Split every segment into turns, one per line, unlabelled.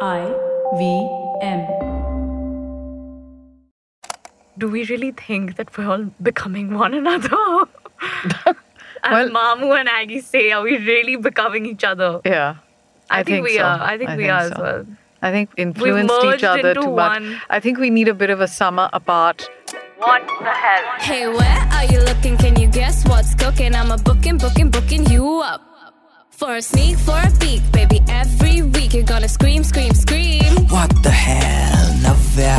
I V M.
do we really think that we're all becoming one another? As
Well-
Mamu and Aggie say, are we really becoming each other?
Yeah.
I, think, we
so.
are. I think we are as
so.
well.
I think influenced
merged
each other
into
too much.
one.
I think we need a bit of a summer apart.
Hey, where are you looking? Can you guess what's cooking? I'm a booking, booking, booking you up. For a sneak, for a peek, baby, every week you're gonna scream, scream, scream.
What the hell, नव्या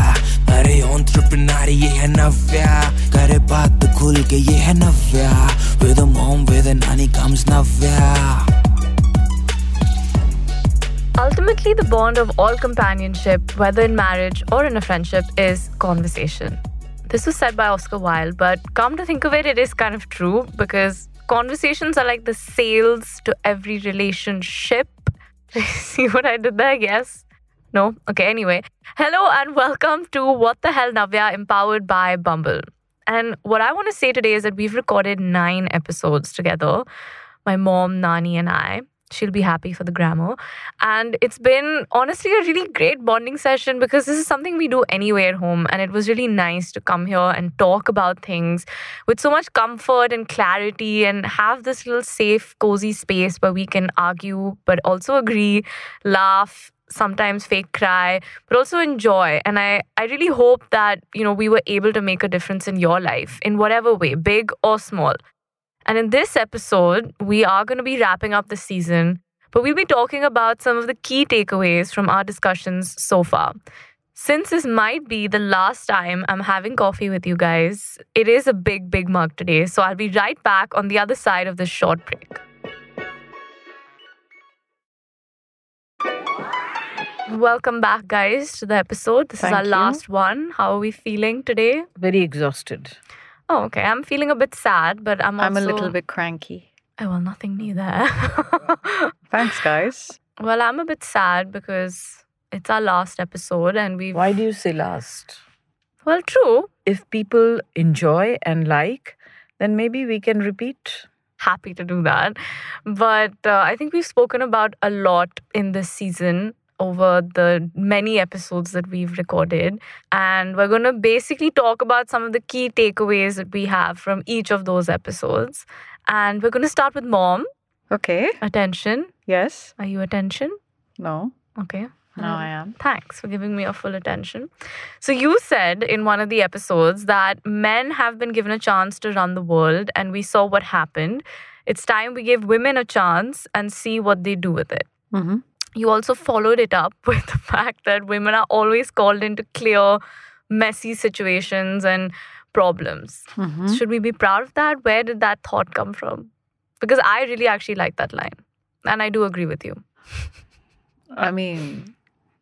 अरे entrepreneur ये है नव्या करे बात खुल के ये है नव्या With a mom, with a nanny comes Navya
Ultimately, the bond of all companionship, whether in marriage or in a friendship, is conversation. This was said by Oscar Wilde, but come to think of it, it is kind of true because conversations are like the sails to every relationship. See what I did there, I guess? No? Okay, anyway. Hello and welcome to What the Hell Navya, empowered by Bumble. And what I want to say today is that we've recorded nine episodes together my mom, Nani, and I. She'll be happy for the grammar. And it's been honestly a really great bonding session because this is something we do anyway at home. And it was really nice to come here and talk about things with so much comfort and clarity and have this little safe, cozy space where we can argue, but also agree, laugh, sometimes fake cry but also enjoy and i i really hope that you know we were able to make a difference in your life in whatever way big or small and in this episode, we are going to be wrapping up the season, but we'll be talking about some of the key takeaways from our discussions so far. Since this might be the last time I'm having coffee with you guys, it is a big, big mug today. So I'll be right back on the other side of this short break. Welcome back, guys, to the episode. This
Thank
is our
you.
last one. How are we feeling today?
Very exhausted.
Oh, okay. I'm feeling a bit sad, but I'm also
I'm a little bit cranky.
Oh, well, nothing new there.
Thanks, guys.
well, I'm a bit sad because it's our last episode and we've.
Why do you say last?
Well, true.
If people enjoy and like, then maybe we can repeat.
Happy to do that. But uh, I think we've spoken about a lot in this season over the many episodes that we've recorded. And we're going to basically talk about some of the key takeaways that we have from each of those episodes. And we're going to start with mom.
Okay.
Attention.
Yes.
Are you attention?
No.
Okay.
No, I am.
Thanks for giving me your full attention. So, you said in one of the episodes that men have been given a chance to run the world, and we saw what happened. It's time we give women a chance and see what they do with it.
Mm-hmm.
You also followed it up with the fact that women are always called into clear, messy situations and problems.
Mm-hmm.
Should we be proud of that? Where did that thought come from? Because I really actually like that line, and I do agree with you.
I mean,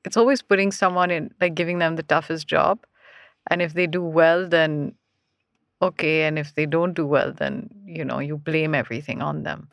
it's always putting someone in, like giving them the toughest job. And if they do well, then okay. And if they don't do well, then, you know, you blame everything on them.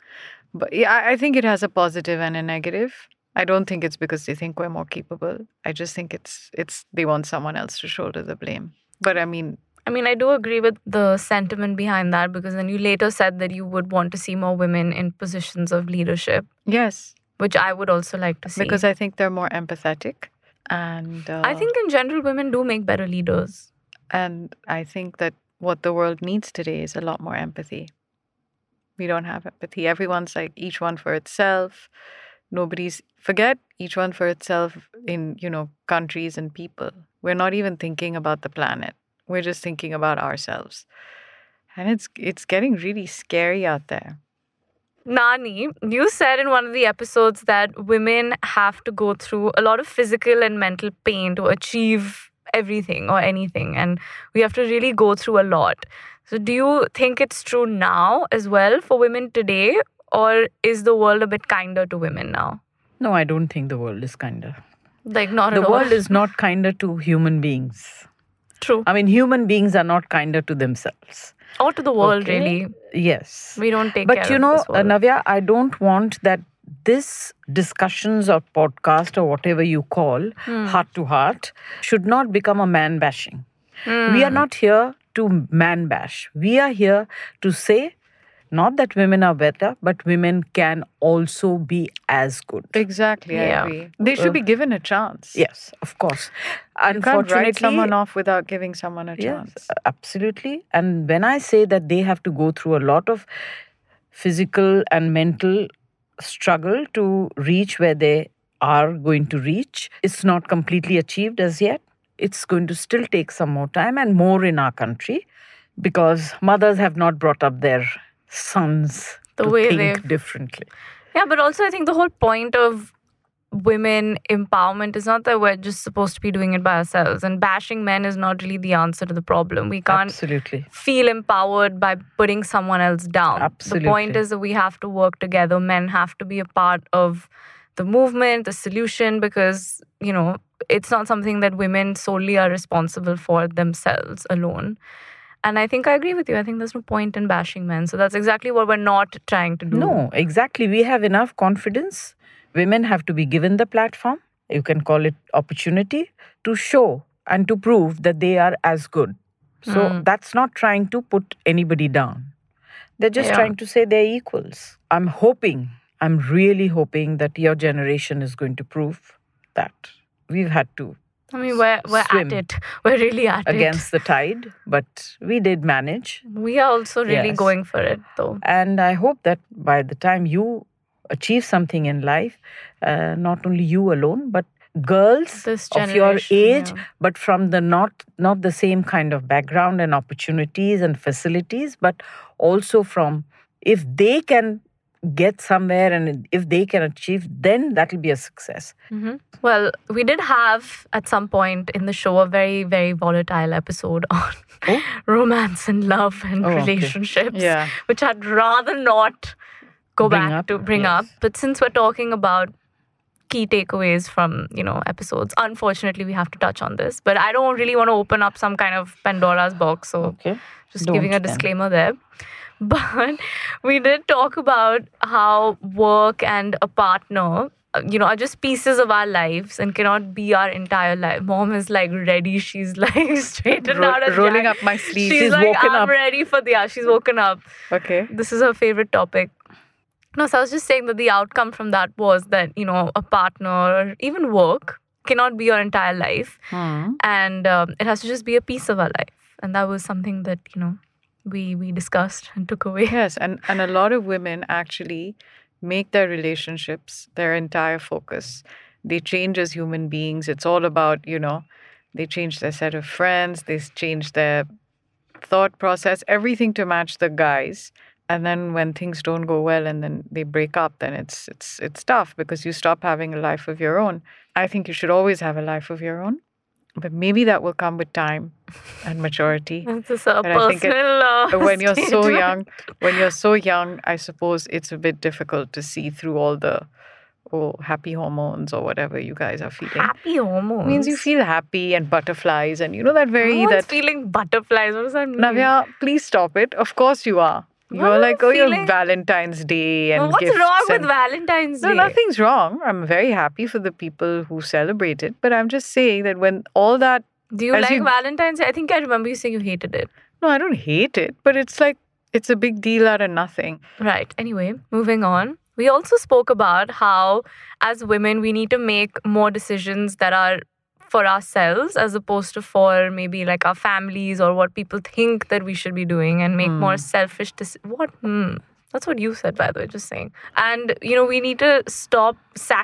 But yeah, I- I think it has a positive and a negative. I don't think it's because they think we're more capable. I just think it's it's they want someone else to shoulder the blame. But I mean,
I mean, I do agree with the sentiment behind that because then you later said that you would want to see more women in positions of leadership,
yes,
which I would also like to see.
because uh, I think they're more empathetic, and uh,
I think in general, women do make better leaders.
And I think that what the world needs today is a lot more empathy. We don't have empathy. Everyone's like each one for itself. Nobody's forget each one for itself in, you know, countries and people. We're not even thinking about the planet. We're just thinking about ourselves. And it's it's getting really scary out there.
Nani, you said in one of the episodes that women have to go through a lot of physical and mental pain to achieve everything or anything, and we have to really go through a lot. So, do you think it's true now as well for women today, or is the world a bit kinder to women now?
No, I don't think the world is kinder.
Like not
The
at all.
world is not kinder to human beings.
true.
I mean, human beings are not kinder to themselves.
Or to the world,
Okay.
really.
Yes.
We don't take care
but you
of
know,
this
uh,
world.
Navya, I don't want that this discussions or podcast or whatever you call
Hmm.
heart to heart should not become a man
Hmm.
bashing. We are not here to man bash. We are here to say Not that women are better, but women can also be as good.
Exactly,
Yeah.
I agree. They should be given a chance.
Yes, of course.
You can't
Unfortunately,
write someone off without giving someone a
Yes,
chance.
absolutely. And when I say that they have to go through a lot of physical and mental struggle to reach where they are going to reach, it's not completely achieved as yet. It's going to still take some more time and more in our country because mothers have not brought up their sons
The
to
way
think
they've-
differently.
Yeah, but also I think the whole point of women empowerment is not that we're just supposed to be doing it by ourselves and bashing men is not really the answer to the problem. We can't
Absolutely.
feel empowered by putting someone else down. The point
Absolutely.
is that we have to work together. Men have to be a part of the movement, the solution, because, you know, it's not something that women solely are responsible for themselves alone. And I think I agree with you. I think there's no point in bashing men. So that's exactly what we're not trying to do.
No, exactly. We have enough confidence. Women have to be given the platform, you can call it opportunity, to show and to prove that they are as good. So
Hmm.
that's not trying to put anybody down. They're just
Yeah.
trying to say they're equals. I'm hoping, I'm really hoping that your generation is going to prove that. We've had to
I mean, we're, we're at
swim
it. We're really at it.
against the tide, but we did manage.
We are also really
Yes.
going for it, though.
And I hope that by the time you achieve something in life, uh, not only you alone, but girls
This
of your
generation,
age,
yeah.
but from the not not the same kind of background and opportunities and facilities, but also from if they can get somewhere and if they can achieve, then that'll be a success.
Well, we did have at some point in the show a very, very volatile episode on
Oh.
romance and love and
Oh, okay.
relationships,
Yeah.
which I'd rather not go
Bring
back
up,
to bring
yes.
up. But since we're talking about key takeaways from you know episodes, unfortunately we have to touch on this. But I don't really want to open up some kind of Pandora's box, so
Okay.
just
Don't
giving a
then.
disclaimer there. But we did talk about how work and a partner, uh, you know, are just pieces of our lives and cannot be our entire life. Mom is like ready. She's like straightened
Ro-
out. a
rolling
jack.
up my sleeves.
uh, She's,
She's
like, "Ah."
woken
I'm
up."
ready for the. Yeah, she's woken up.
Okay.
This is her favorite topic. No, so I was just saying that the outcome from that was that, you know, a partner or even work cannot be your entire life
Hmm.
and um, it has to just be a piece of our life and that was something that you know we we discussed and took away
Yes, and, and a lot of women actually make their relationships their entire focus. They change as human beings. It's all about, you know, they change their set of friends, they s- change their thought process, everything to match the guys. And then when things don't go well and then they break up, then it's it's it's tough because you stop having a life of your own. I think you should always have a life of your own. But maybe that will come with time and maturity
this is a
But I think it-
personal uh,
when you're so
statement.
young when you're so young i suppose it's a bit difficult to see through all the oh happy hormones or whatever you guys are feeling
happy hormones
it means you feel happy and butterflies and you know that very
Everyone's
that
feeling butterflies what does that mean
navya please stop it of course you are
What
you're
am I
like oh you're
feeling?
valentine's day and
Well, what's
gifts
wrong with
and-
valentine's
no,
day
nothing's wrong. I'm very happy for the people who celebrate it. But I'm just saying that when all that
do you
As
like
you-
valentine's day i think i remember you saying you hated it
no, I don't hate it, but it's like it's a big deal out of nothing.
Right. Anyway, moving on. We also spoke about how, as women, we need to make more decisions that are for ourselves as opposed to for maybe like our families or what people think that we should be doing and
Hmm.
make more selfish decisions. What? Hmm. That's what you said, by the way, just saying. And, you know, we need to stop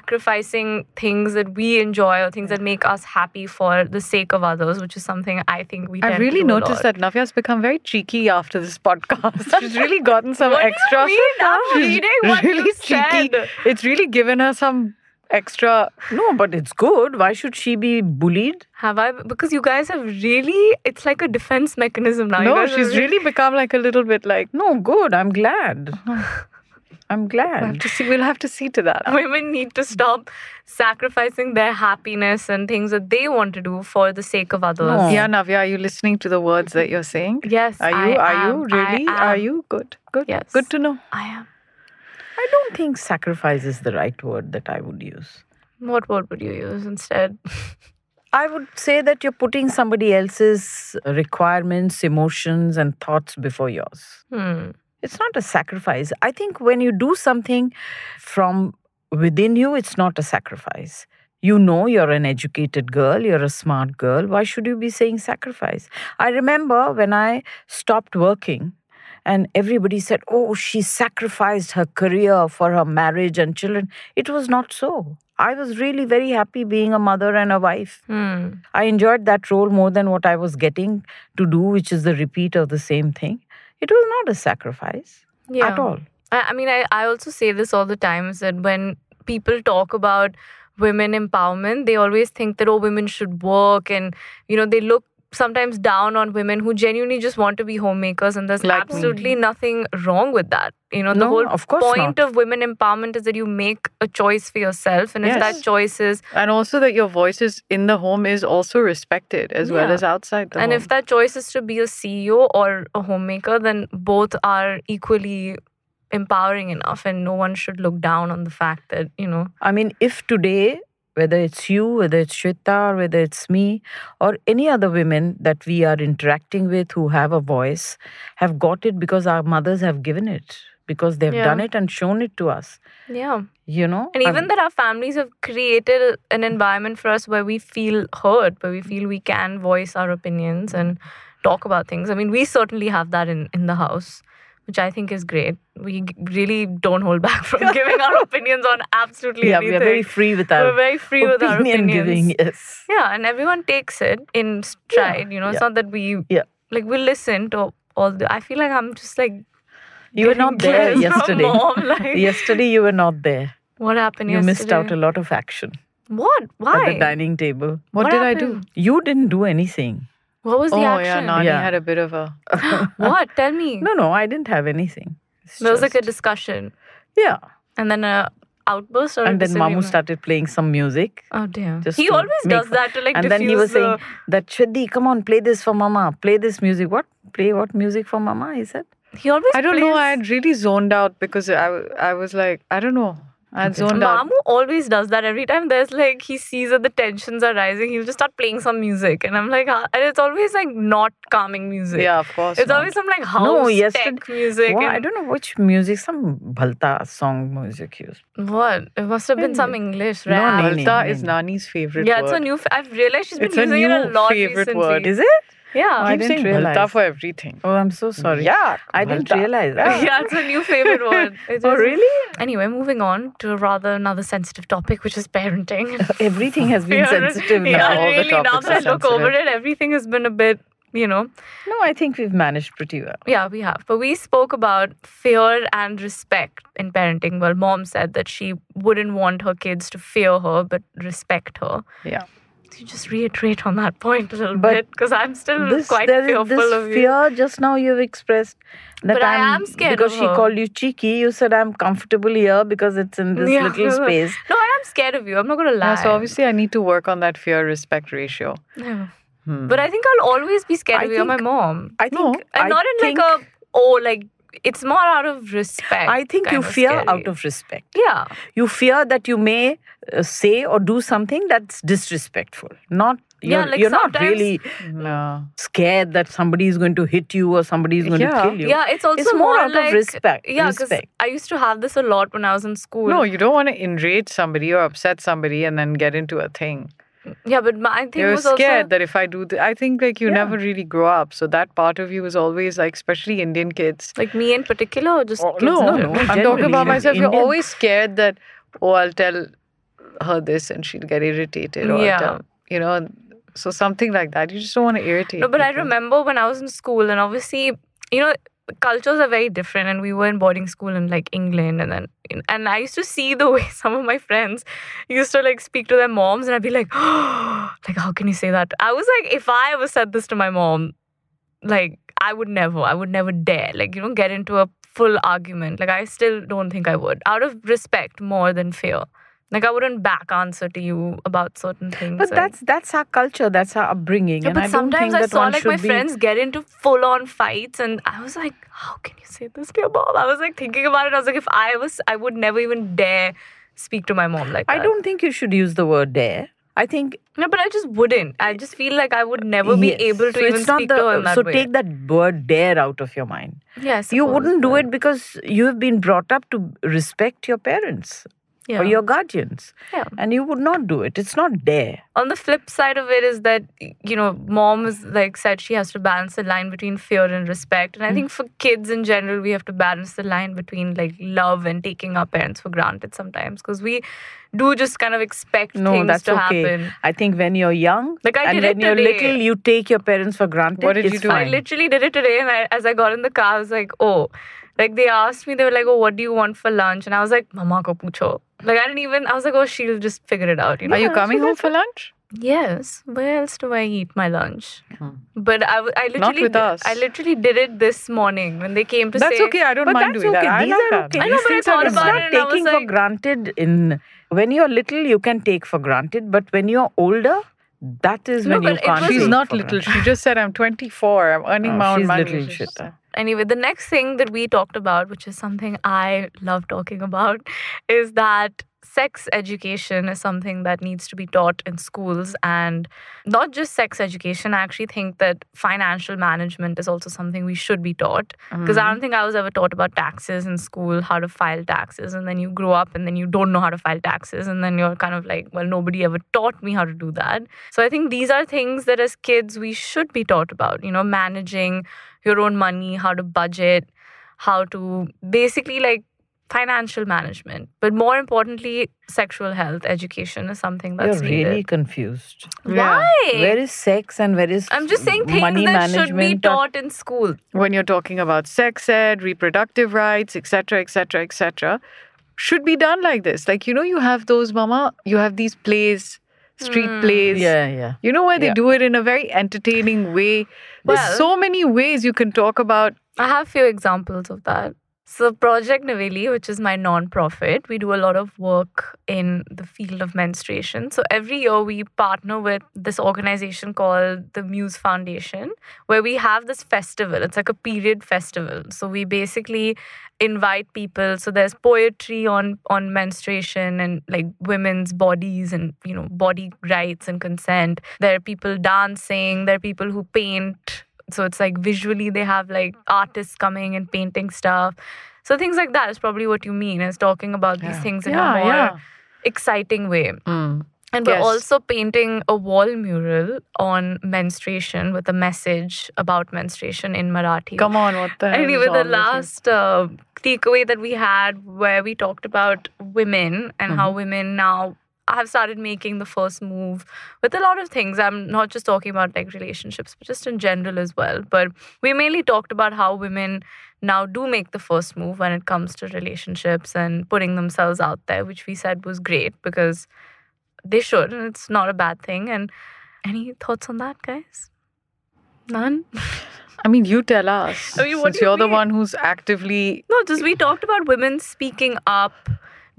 sacrificing things that we enjoy or things that make us happy for the sake of others, which is something I think we
I
tend to
really
do a
noticed
lot.
that Navya's become very cheeky after this podcast. She's really gotten some
What do you
extra.
mean? I'm
She's
reading what you said.
It's really given her some extra.
No, but it's good. Why should she be bullied?
Have I? Because you guys have really, it's like a defense mechanism now. You
no,
guys have
she's really become like a little bit like.
No, good. I'm glad.
We'll have
I'm glad.
to see. We'll have to see to that.
Women need to stop sacrificing their happiness and things that they want to do for the sake of others.
No.
Yeah, Navya, are you listening to the words that you're saying?
Yes.
Are
I
you? are
am.
you
I
really? Are
am.
you good? Good.
Yes.
Good to know.
I am.
I don't think sacrifice is the right word that I would use.
What word would you use instead?
I would say that you're putting somebody else's requirements, emotions, and thoughts before yours.
Hmm.
It's not a sacrifice. I think when you do something from within you, it's not a sacrifice. You know you're an educated girl, you're a smart girl. Why should you be saying sacrifice? I remember when I stopped working and everybody said, oh, she sacrificed her career for her marriage and children. It was not so. I was really very happy being a mother and a wife.
Hmm.
I enjoyed that role more than what I was getting to do, which is the repeat of the same thing. It was not a sacrifice
Yeah.
at all.
I, I mean, I, I also say this all the time is that when people talk about women empowerment, they always think that, oh, women should work. And, you know, they look sometimes down on women who genuinely just want to be homemakers. And there's
Like me.
absolutely nothing wrong with that. You know, the
No,
whole
of course
point
not.
of women empowerment is that you make a choice for yourself. And if
Yes.
that choice is,
And also that your voice is in the home is also respected as well
Yeah.
as outside the
and
home.
if that choice is to be a CEO or a homemaker, then both are equally empowering enough. And no one should look down on the fact that, you know,
I mean, if today, whether it's you, whether it's Shweta, or whether it's me, or any other women that we are interacting with who have a voice, have got it because our mothers have given it, because they've
Yeah.
done it and shown it to us,
yeah.
you know?
And even
Um,
that our families have created a- an environment for us where we feel heard, where we feel we can voice our opinions and talk about things. I mean, we certainly have that in, in the house, which I think is great. We g- really don't hold back from giving our opinions on absolutely
yeah,
anything.
we are very free with our
We're very free with our
opinion
opinions.
giving, yes.
Yeah, and everyone takes it in stride. you know, it's
yeah.
not that we
Yeah.
like we listen to all the. I feel like I'm just like
You were
getting
not there
glares from
yesterday.
mom, like,
yesterday, you were not there.
What happened
You missed out a
yesterday?
lot of action
What? Why?
at the dining table.
what,
What
did I do?
happened?
You didn't do anything.
What was the
Oh yeah,
action?
Nani
Yeah.
had a bit of a
What? Tell me.
No, no, I didn't have anything. It's
there was like a
just-
discussion
yeah.
and then a outburst or a
And then Mamu
disagreement?
started playing some music.
Oh dear.
just
he
to
always
make
does
fun.
that to like
and then he
diffuse
was saying
the-
that Shwedi, come on, play this for Mama. Play this music. What? Play what music for Mama? He said.
He always.
I don't know. I
plays-
had really zoned out because I, w- I was like, I don't know. I had zoned out.
Mamu always does that every time there's like he sees that the tensions are rising, he'll just start playing some music. And I'm like, "Huh?" and it's always like not calming music.
Yeah, of course.
It's,
not.
always some like house
yesterday-
tech music.
Wha- I
and-
don't know which music, some bhalta song music used.
what? It must have been some English, right?
no, no,
Malta
no,
is
no.
Nani's favorite
yeah,
word.
it's a new. F- I've realized she's been
It's a
using it a
new
lot
favorite
recently.
word.
Is it?
Yeah.
I
I keep
didn't
saying Balta
realize.
for everything.
Oh, I'm so sorry.
Yeah,
I didn't
Balta.
realize that.
yeah, it's a new favorite word. It
Oh,
is-
really?
Anyway, moving on to a rather another sensitive topic, which is parenting.
Everything has been
Yeah, re-
sensitive
yeah,
now.
all the
really, now
topics
that I
are
look over
sensitive.
it, everything has been a bit, you know.
No, I think we've managed pretty well.
Yeah, we have. But we spoke about fear and respect in parenting. Well, mom said that she wouldn't want her kids to fear her, but respect her.
Yeah.
So you just reiterate on that point a little
But
bit because I'm still
This,
Hmm, quite
there is
fearful
this
of you.
fear just now you've expressed that
But I
I'm
am scared
because
of
she
her.
called you cheeky. You said I'm comfortable here because it's in this
Yeah.
little space.
No, I am scared of you. I'm not going to lie.
Yeah, so obviously, I need to work on that fear respect ratio.
Yeah.
Hmm.
But I think I'll always be scared
I
of you. You're my
think-
mom.
I
No,
think
And
I
not in
think,
like a, oh, like, it's more out of respect.
I think you
kind of
fear
scary.
out of respect.
Yeah.
You fear that you may uh, say or do something that's disrespectful. Not
Yeah,
you're,
like
you're not
sometimes-
really
no.
scared that somebody is going to hit you or somebody is going
Yeah.
to kill you.
Yeah, it's also
it's more, out
like,
of respect.
Yeah, because
respect.
I used to have this a lot when I was in school.
No, you don't want to enrage somebody or upset somebody and then get into a thing.
yeah, but my thing
You're
was
scared
also
that if I do, th- I think like you
Yeah.
never really grow up. So that part of you is always like, especially Indian kids.
like me in particular, or just
Oh,
kids
no,
in
no,
no,
no,
general?
I'm talking
generally,
about
like
myself. You're
Indian-
always scared that, oh, I'll tell her this and she'll get irritated. Or
Yeah.
I'll tell, you know, so something like that. You just don't want to irritate.
No, but I
people.
remember when I was in school, and obviously, you know, cultures are very different, and we were in boarding school in like England, and then and I used to see the way some of my friends used to like speak to their moms, and I'd be like, like how can you say that? I was like, if I ever said this to my mom, like I would never, I would never dare, like you know, get into a full argument. Like I still don't think I would, out of respect more than fear. Like I wouldn't back answer to you about certain things.
But
and-
that's that's our culture, that's our upbringing.
yeah,
and
but
I don't
sometimes
think
I
that
saw
one
like my
should be-
friends get into full on fights, and I was like, "How can you say this to your mom?" I was like thinking about it. I was like, "If I was, I would never even dare speak to my mom like
I
that."
don't think you should use the word dare. I think
No, but I just wouldn't. I just feel like I would never be
yes.
able to
So
even
it's not
speak
the-
to her in that
so
way.
take that word dare out of your mind.
yes,
you wouldn't do it because you have been brought up to respect your parents
Yeah.
or your guardians,
Yeah.
and you would not do it. It's not dare.
On the flip side of it is that you know, mom is like said she has to balance the line between fear and respect, and I
Mm.
think for kids in general, we have to balance the line between like love and taking our parents for granted sometimes because we do just kind of expect
No,
things
that's
to
okay.
happen.
I think when you're young
Like I
and
did
when
it
you're
today.
little, you take your parents for granted.
What did you
It's
do?
I
fine.
literally did it today, and I, as I got in the car, I was like, "Oh," like they asked me, they were like, "Oh, what do you want for lunch?" And I was like, "Mama ko pucho." Like I didn't even. I was like, "Oh, she'll just figure it out." You know?
Are you coming home for lunch?
Yes. Where else do I eat my lunch?
Hmm.
But I, w- I literally,
with
di-
us.
I literally did it this morning when they came to
That's
say.
okay. I don't
but
mind
that's
doing
okay.
that.
These
I love
are
that.
okay.
I know,
These
but I
things
thought
are
about
not
it and I was
taking
like-
for granted. In when you're little, you can take for granted, but when you're older, that is
No,
when you
but it
can't.
was-
take
She's not
for
little.
granted.
She just said, I'm 24. I'm earning
Oh,
my own
she's
money.
little
She's-
shit.
Anyway, the next thing that we talked about, which is something I love talking about, is that sex education is something that needs to be taught in schools and not just sex education i actually think that financial management is also something we should be taught because
Mm-hmm.
i don't think i was ever taught about taxes in school how to file taxes and then you grow up and then you don't know how to file taxes and then you're kind of like well nobody ever taught me how to do that so i think these are things that as kids we should be taught about you know managing your own money how to budget how to basically like financial management but more importantly sexual health education is something that's
You're really
needed
confused.
Yeah.
why
Where is sex and where is
i'm just saying things
money
that should be
management or-
taught in school
when you're talking about sex ed, reproductive rights, etc., etc., etc., should be done like this. Like you know, you have those mama, you have these plays, street plays.
Hmm. Yeah, yeah.
You know where they
Yeah.
do it in a very entertaining way. There's
Well-
so many ways you can talk about.
I have few examples of that. So Project Naveli, which is my non-profit, we do a lot of work in the field of menstruation. So every year we partner with this organization called the Muse Foundation, where we have this festival. It's like a period festival. So we basically invite people. So there's poetry on on menstruation and like women's bodies and you know body rights and consent. There are people dancing. There are people who paint so it's like visually they have like artists coming and painting stuff so things like that is probably what you mean is talking about these things in a more exciting way
Mm.
and we're
Yes.
also painting a wall mural on menstruation with a message about menstruation in marathi
Come on, what the hell?
Anyway,
is
the
wrong with you?
last uh, takeaway that we had where we talked about women and how women now have started making the first move with a lot of things. I'm not just talking about like relationships, but just in general as well. But we mainly talked about how women now do make the first move when it comes to relationships and putting themselves out there, which we said was great because they should and it's not a bad thing. And any thoughts on that, guys? None?
I mean, you tell us.
I mean, what
since
do you
you're the
mean?
one who's actively.
No, just we talked about women speaking up,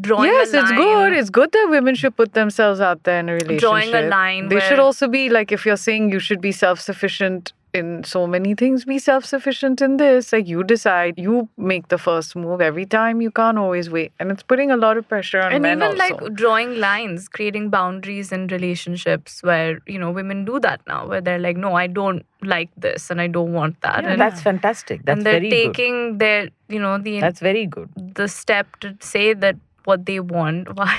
drawing
yes,
a line.
it's good. It's good that women should put themselves out there in a relationship.
Drawing a line
They should
where-
also be like, if you're saying you should be self-sufficient in so many things, be self-sufficient in this. Like you decide, you make the first move every time. You can't always wait, and it's putting a lot of pressure on
and
men
even
also.
like drawing lines, creating boundaries in relationships where, you know, women do that now, where they're like, no, I don't like this and I don't want that.
Yeah,
and,
that's fantastic. That's
and they're
very good.
taking their, you know, the
That's very good.
the step to say that what they want. Why?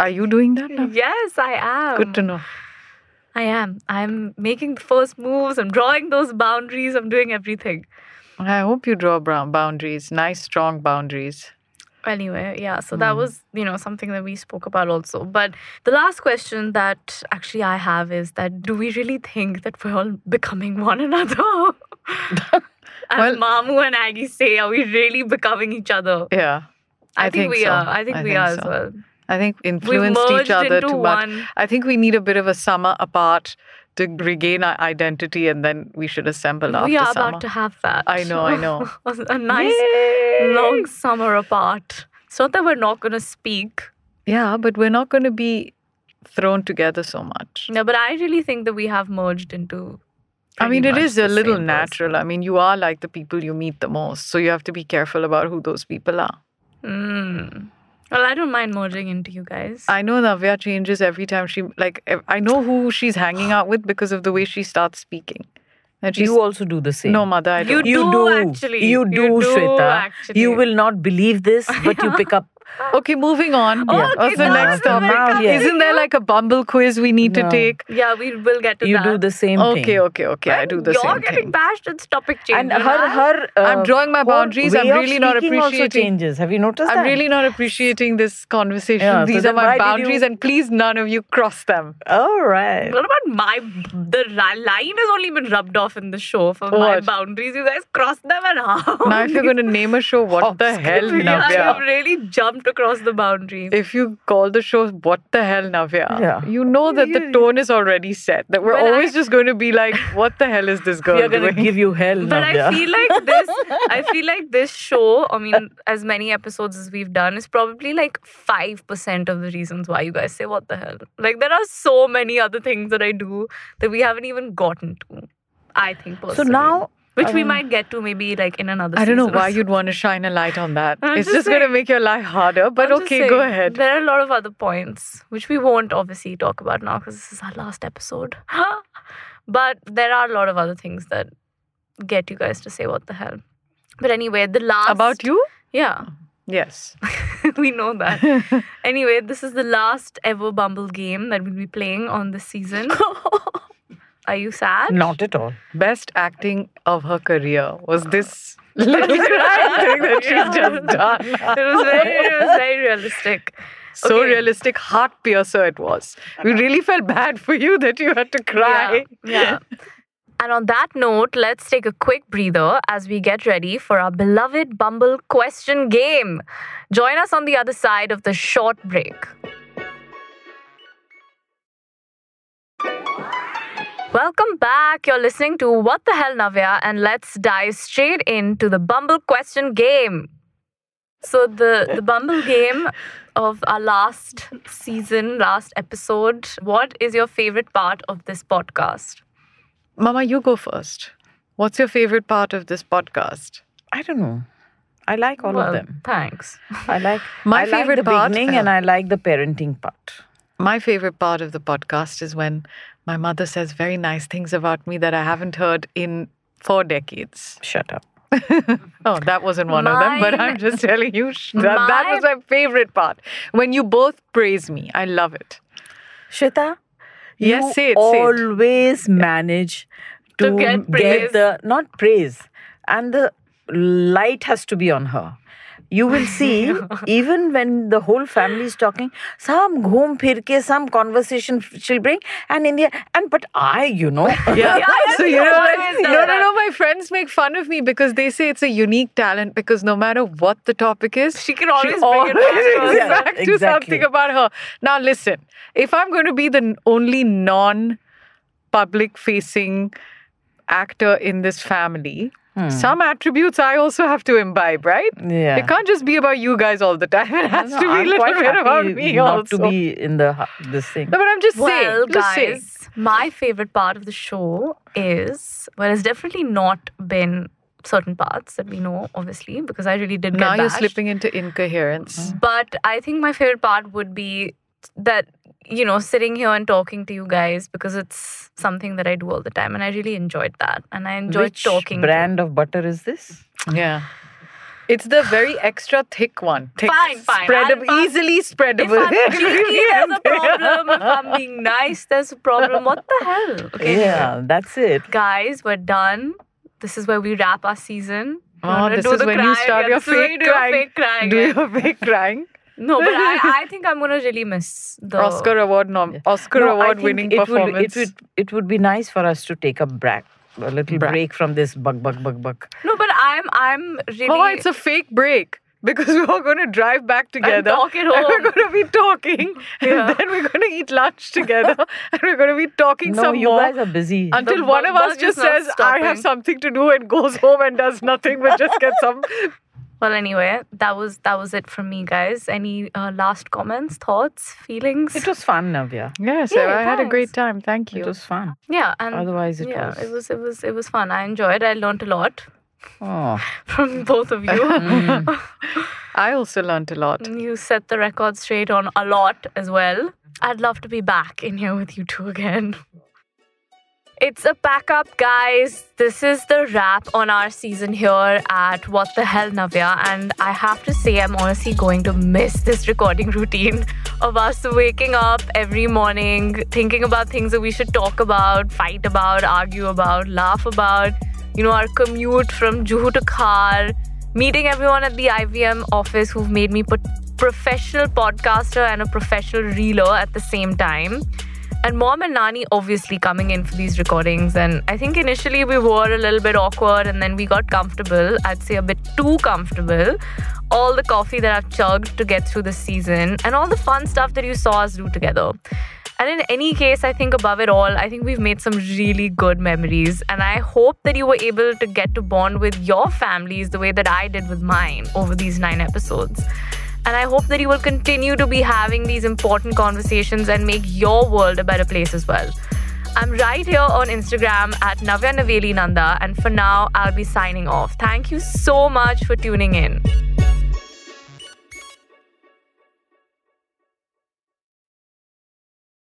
Are you doing that now?
yes, I am.
Good to know.
I am. I'm making the first moves. I'm drawing those boundaries. I'm doing everything.
I hope you draw brown boundaries, nice strong boundaries.
Anyway, yeah, so
Hmm.
that was, you know, something that we spoke about also. But the last question that actually I have is that do we really think that we're all becoming one another? As
Well-
Mamu and Aggie say, are we really becoming each other?
Yeah,
I,
I
think,
think
we
so.
are. I think
I
we
think
are as
so.
well.
I think
We've
influenced
merged
each other
into
too much.
one.
I think we need a bit of a summer apart to regain our identity, and then we should assemble after
We are
summer.
about to have that.
I know, I know.
a nice long summer apart. It's not that we're not going to speak.
Yeah, but we're not going to be thrown together so much.
No, but I really think that we have merged into.
I mean, it
pretty
is
much
a
the
little
same person.
natural. I mean, you are like the people you meet the most, so you have to be careful about who those people are.
Mm. Well, I don't mind merging into you guys.
I know Navya changes every time she like. ev- I know who she's hanging out with because of the way she starts speaking. And she's
you also do the same.
no mother. I don't.
You do,
you do
actually.
You
You
do,
do,
Shweta.
actually.
You will not believe this, but you pick up.
okay, moving on.
Oh, okay,
What's the
now
next
we will
topic?
come to
Isn't there like a Bumble quiz we need to
No.
take?
yeah, we will get to
You
that.
do the same thing.
Okay, okay, okay. I
And
do the
You're
same
getting
thing.
bashed and topic change.
And her, her. Uh,
I'm drawing my
whole
boundaries. I'm
way of
really not
speaking Also
appreciating-
changes. Have you noticed
I'm
that?
really not appreciating this conversation.
Yeah, so
These are
then why
my
did
boundaries,
you-
and please, none of you cross them.
All right.
What about my the ra- line has only been rubbed off in the show for my
What?
boundaries. You guys crossed them and how?
Now, if you're going to name a show, what the hell,
yeah, you have
Navya?
really jumped across the boundaries.
If you call the show "What the hell, Navya,"
Yeah.
you know that the tone is already set. That we're
But
always just going to be like, "What the hell is this
We
girl
are going to
doing?"
give you hell,
but
Navya.
I feel like this. I feel like this show. I mean, as many episodes as we've done, is probably like five percent of the reasons why you guys say "What the hell." Like there are so many other things that I do that we haven't even gotten to. I think
so
personally.
now,
which we
um,
might get to maybe like in another.
I don't know
season or
why you'd want to shine a light on that.
I'm
it's
just
just going to make your life harder. But
I'm just
okay,
saying,
go ahead.
There are a lot of other points which we won't obviously talk about now because this is our last episode. but there are a lot of other things that get you guys to say what the hell. But anyway, the last
About you?
Yeah,
Yes.
we know that. anyway, this is the last ever Bumble game that we'll be playing on this season. are you sad?
not at all.
Best acting of her career was this little cry thing that she's just done.
It was very, it was very realistic.
So
Okay.
realistic, heart piercer it was. We really felt bad for you that you had to cry.
Yeah. yeah. And on that note, let's take a quick breather as we get ready for our beloved Bumble question game. Join us on the other side of the short break. Welcome back. You're listening to What the Hell Navya, and let's dive straight into the Bumble question game. So the the Bumble game of our last season, last episode. What is your favorite part of this podcast?
Mama, you go first. What's your favorite part of this podcast?
I don't know. I like all
well,
of them.
Thanks.
I like
My
I like
favorite
the
part-
beginning, and I like the parenting part.
My favorite part of the podcast is when my mother says very nice things about me that I haven't heard in four decades.
Shut up.
Oh, that wasn't one of them, but I'm
Mine-
just telling you sh- that, that was my favorite part. When you both praise me, I love it.
Shweta,
Yes,
you
say it, say it.
always manage to,
To get praise.
the not praise, and the light has to be on her. You will see, even when the whole family is talking, some ghom phirke, some conversation she'll bring, and in the and but I, you know,
Yeah.
Yeah,
so
yes,
you know,
always
like,
done
no, no,
that.
no. My friends make fun of me because they say it's a unique talent because no matter what the topic is,
She can always bring it
always
back to
is
herself.
back to
Exactly.
something about her. Now listen, if I'm going to be the n- only non-public facing actor in this family. Some attributes I also have to imbibe, right?
Hmm. Yeah.
It can't just be about you guys all the time. It has
No,
to be a
I'm
little
quite
bit about
happy
me
not
also.
to be in the hu- this thing.
No, but I'm just saying.
Well,
just saying.
guys, my favorite part of the show is well, it's definitely not been certain parts that we know, obviously, because I really did get
Now you're
bashed.
slipping into incoherence.
But I think my favorite part would be that, you know, sitting here and talking to you guys because it's something that I do all the time and I really enjoyed that. And I enjoyed
Which
talking. to-
brand of butter is this?
Yeah. It's the very extra thick one. Thick,
Fine, fine.
spreadab-
I'll pass-
easily
If
spreadable.
I'm cheeky, there's a problem. If I'm being nice, there's a problem. What the hell? Okay.
Yeah, that's it.
Guys, we're done. This is where we wrap our season. You
Oh,
wanna
this
do
is
the
when you
crying?
start
Yeah,
your
this is when you
fake
do
crying.
Your fake crying.
Do
yeah.
your fake crying.
No, but I, I think I'm gonna really miss
Oh.
the
Oscar award nom- Oscar
No, I
award
think
winning
it would-
performance.
it would it would be nice for us to take a break, a little
Break.
break from this bug bug bug bug.
No, but I'm I'm really.
oh, it's a fake break. Because we're all going to drive back together.
talk at
And we're
home.
going to be talking. And then we're going to eat lunch together. and we're going to be talking
No,
some
you
more.
guys are busy.
until
The
one of
bug
us
is
just
not
says, I have
stopping."
something to do and goes home and does nothing but just get some.
Well, anyway, that was that was it from me, guys. Any uh, last comments, thoughts, feelings?
It was fun, Navya.
Yes,
Yeah,
I had a
thanks.
great time. Thank you.
It was fun.
yeah, and
Otherwise, it
yeah,
was.
it was it was it was fun. I enjoyed. I learned a lot.
Oh,
from both of
Mm.
you.
I also learnt a lot.
you set the record straight on a lot as well. I'd love to be back in here with you two again. It's a pack up, guys. This is the wrap on our season here at What the Hell Navya. And I have to say, I'm honestly going to miss this recording routine of us waking up every morning, thinking about things that we should talk about, fight about, argue about, laugh about. You know, our commute from Juhu to Khar, meeting everyone at the IVM office who've made me put professional podcaster and a professional reeler at the same time. And mom and Nani obviously coming in for these recordings. And I think initially we were a little bit awkward and then we got comfortable. I'd say a bit too comfortable. All the coffee that I've chugged to get through this season and all the fun stuff that you saw us do together. And in any case, I think above it all, I think we've made some really good memories. And I hope that you were able to get to bond with your families the way that I did with mine over these nine episodes. And I hope that you will continue to be having these important conversations and make your world a better place as well. I'm right here on Instagram at Navya Naveli Nanda. And for now, I'll be signing off. Thank you so much for tuning in.